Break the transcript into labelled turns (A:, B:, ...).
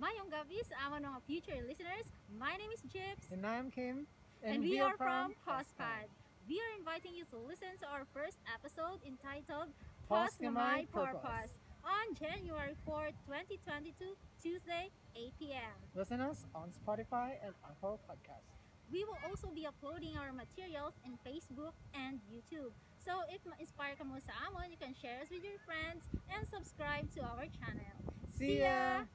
A: Maayong gabi sa aming mga future listeners. My name is Jips.
B: And I'm Kim.
A: And, we, are, from Postpad. We are inviting you to listen to our first episode entitled
B: Pause
A: Pause
B: Nga
A: My
B: My
A: Purpose on January 4, 2022, Tuesday, 8 p.m.
B: Listen us on Spotify and Apple Podcasts.
A: We will also be uploading our materials in Facebook and YouTube. So if ma-inspire ka mo sa amon, you can share us with your friends and subscribe to our channel.
B: See ya!